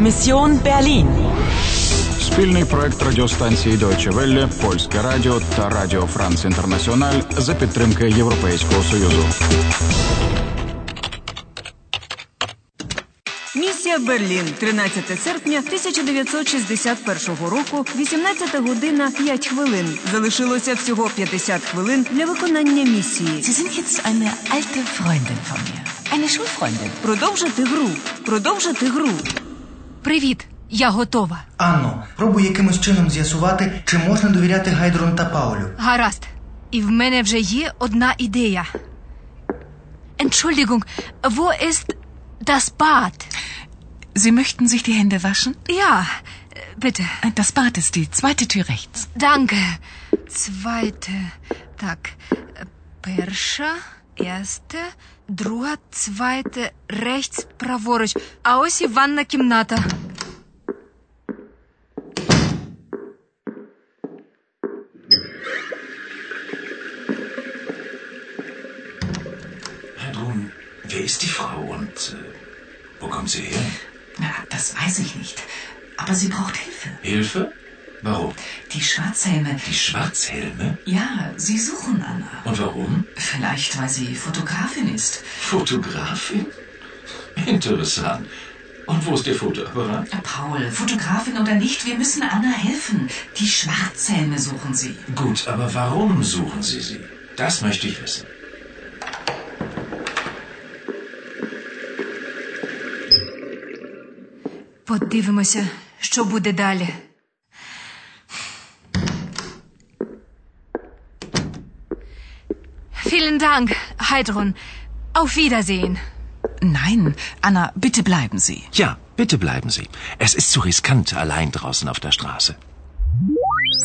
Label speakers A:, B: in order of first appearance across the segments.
A: Mission Berlin.
B: Спільний проект радіостанції Deutsche Welle, Польське Радіо та Радіо Франц Інтернаціональ за підтримки Європейського Союзу.
C: Місія Берлін, 13 серпня 1961 року, 18 година 5 хвилин. Залишилося всього 50 хвилин для виконання місії.
D: Sie sind jetzt eine alte Freundin von mir. Eine Schulfreundin.
C: Продовжити гру. Продовжити гру.
E: Привіт, я готова.
F: Анно, пробуй якимось чином з'ясувати, чи можна довіряти Гайдрон та Паулю.
E: Гаразд. І в мене вже є одна ідея. Entschuldigung, wo ist das Bad?
D: Sie möchten sich die Hände waschen?
E: Ja, bitte.
D: Das Bad ist die zweite Tür rechts.
E: Danke. Zweite. Так. Перша, erste, друга, zweite, rechts, праворуч. А ось і ванна кімната.
G: Nun, wer ist die Frau und äh, wo kommt sie her?
D: Na, das weiß ich nicht. Aber sie braucht Hilfe.
G: Hilfe? Warum?
D: Die Schwarzhelme.
G: Die Schwarzhelme?
D: Ja, sie suchen Anna.
G: Und warum?
D: Vielleicht, weil sie Fotografin ist.
G: Fotografin? Interessant. Und wo ist ihr Fotoapparat?
D: Paul, Fotografin oder nicht, wir müssen Anna helfen. Die Schwarzhelme suchen sie.
G: Gut, aber warum suchen Sie sie? Das möchte ich wissen.
E: Подивимося, що буде далі. Vielen Dank, Heidrun. Auf Wiedersehen.
D: Nein, Anna, bitte bleiben Sie.
G: Ja, bitte bleiben Sie. Es ist zu riskant, allein draußen auf der Straße.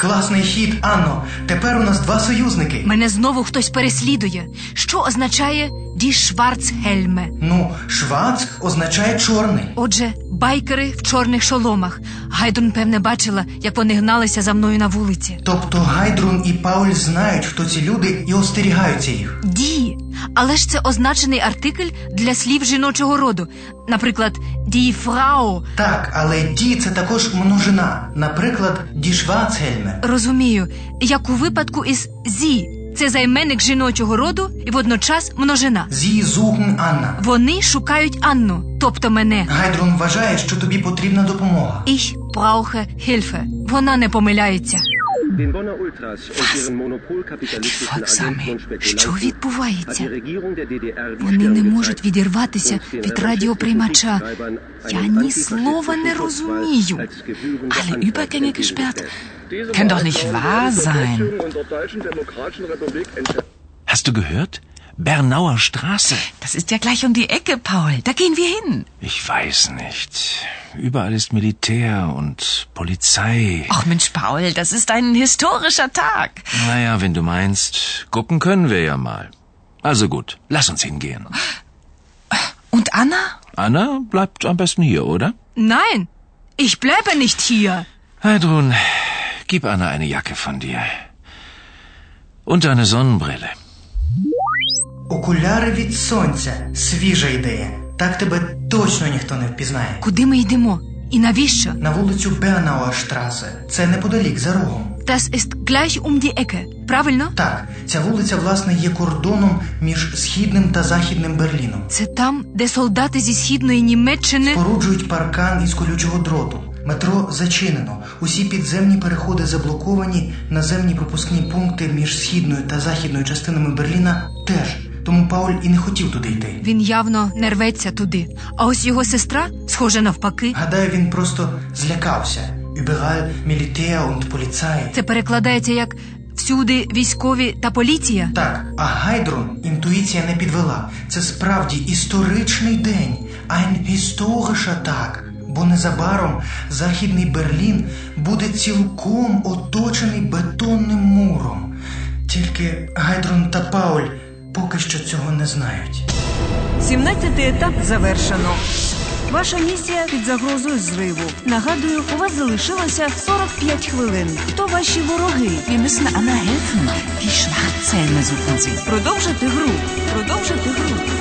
F: Класний хід, Анно. Тепер у нас два союзники.
E: Мене знову хтось переслідує, що означає «ді Шварцхельме.
F: Ну, швац означає чорний.
E: Отже, байкери в чорних шоломах. Гайдун, певне, бачила, як вони гналися за мною на вулиці.
F: Тобто Гайдрун і Пауль знають, хто ці люди, і остерігаються їх.
E: Ді. Але ж це означений артикль для слів жіночого роду. Наприклад, «ді фрау.
F: Так, але ді це також множина. Наприклад, ді Швацгельме.
E: Розумію, як у випадку із зі. Це займенник жіночого роду і водночас множина.
F: Зі зухн Анна.
E: Вони шукають Анну, тобто мене.
F: Гайдрун вважає, що тобі потрібна допомога.
E: Ich brauche Hilfe. Вона не помиляється.
H: Den Bonner Ultras und ihren monopolkapitalistischen Agenten und
E: Що
H: Spekulanten hat die
E: відбувається?
H: Regierung der DDR die
E: Вони
H: Stirn
E: не можуть
H: gezeigt
E: відірватися
H: und den
E: від радіоприймача.
H: Rechtsschutzbetreibern einen
E: Я ні слова не
H: antifaschistischen Schutzwall
E: розумію.
H: als gebührende
D: Alle
H: Antwort
D: Übergänge gesperrt?
H: Diese
D: Kann doch
H: Wahl
D: nicht
H: wurde
D: wahr
H: zur
D: sein.
H: Deutschen und zur Deutschen Demokratischen Republik entschieden.
G: Hast du gehört? Bernauer Straße.
D: Das ist ja gleich um die Ecke, Paul. Da gehen wir hin.
G: Ich weiß nicht. Überall ist Militär und Polizei.
D: Ach Mensch, Paul, das ist ein historischer Tag.
G: Naja, wenn du meinst, gucken können wir ja mal. Also gut, lass uns hingehen.
D: Und Anna?
G: Anna bleibt am besten hier, oder?
E: Nein, ich bleibe nicht hier.
G: Heidrun, gib Anna eine Jacke von dir. Und eine Sonnenbrille.
F: Окуляри від сонця. Свіжа ідея. Так тебе точно ніхто не впізнає.
E: Куди ми йдемо? І навіщо?
F: На вулицю Бенауа Штрасе. Це неподалік за рогом.
E: Das ist gleich um die Ecke. Правильно?
F: Так, ця вулиця власне є кордоном між східним та західним Берліном.
E: Це там, де солдати зі східної Німеччини.
F: Породжують паркан із колючого дроту. Метро зачинено. Усі підземні переходи заблоковані. Наземні пропускні пункти між східною та західною частинами Берліна теж. Тому Пауль і не хотів туди йти.
E: Він явно не рветься туди. А ось його сестра, схоже навпаки,
F: Гадаю, він просто злякався. Überall Militär und Polizei.
E: це перекладається як всюди військові та поліція.
F: Так, а Гайдрун інтуїція не підвела. Це справді історичний день, ein historischer Tag. Бо незабаром Західний Берлін буде цілком оточений бетонним муром. Тільки Гайдрун та Пауль поки що цього не знають.
C: 17 етап завершено. Ваша місія під загрозою зриву. Нагадую, у вас залишилося 45 хвилин. Хто ваші вороги?
D: Wir müssen Anna helfen. Die Schwarzhelme suchen sie.
C: Продовжити гру. Продовжити гру.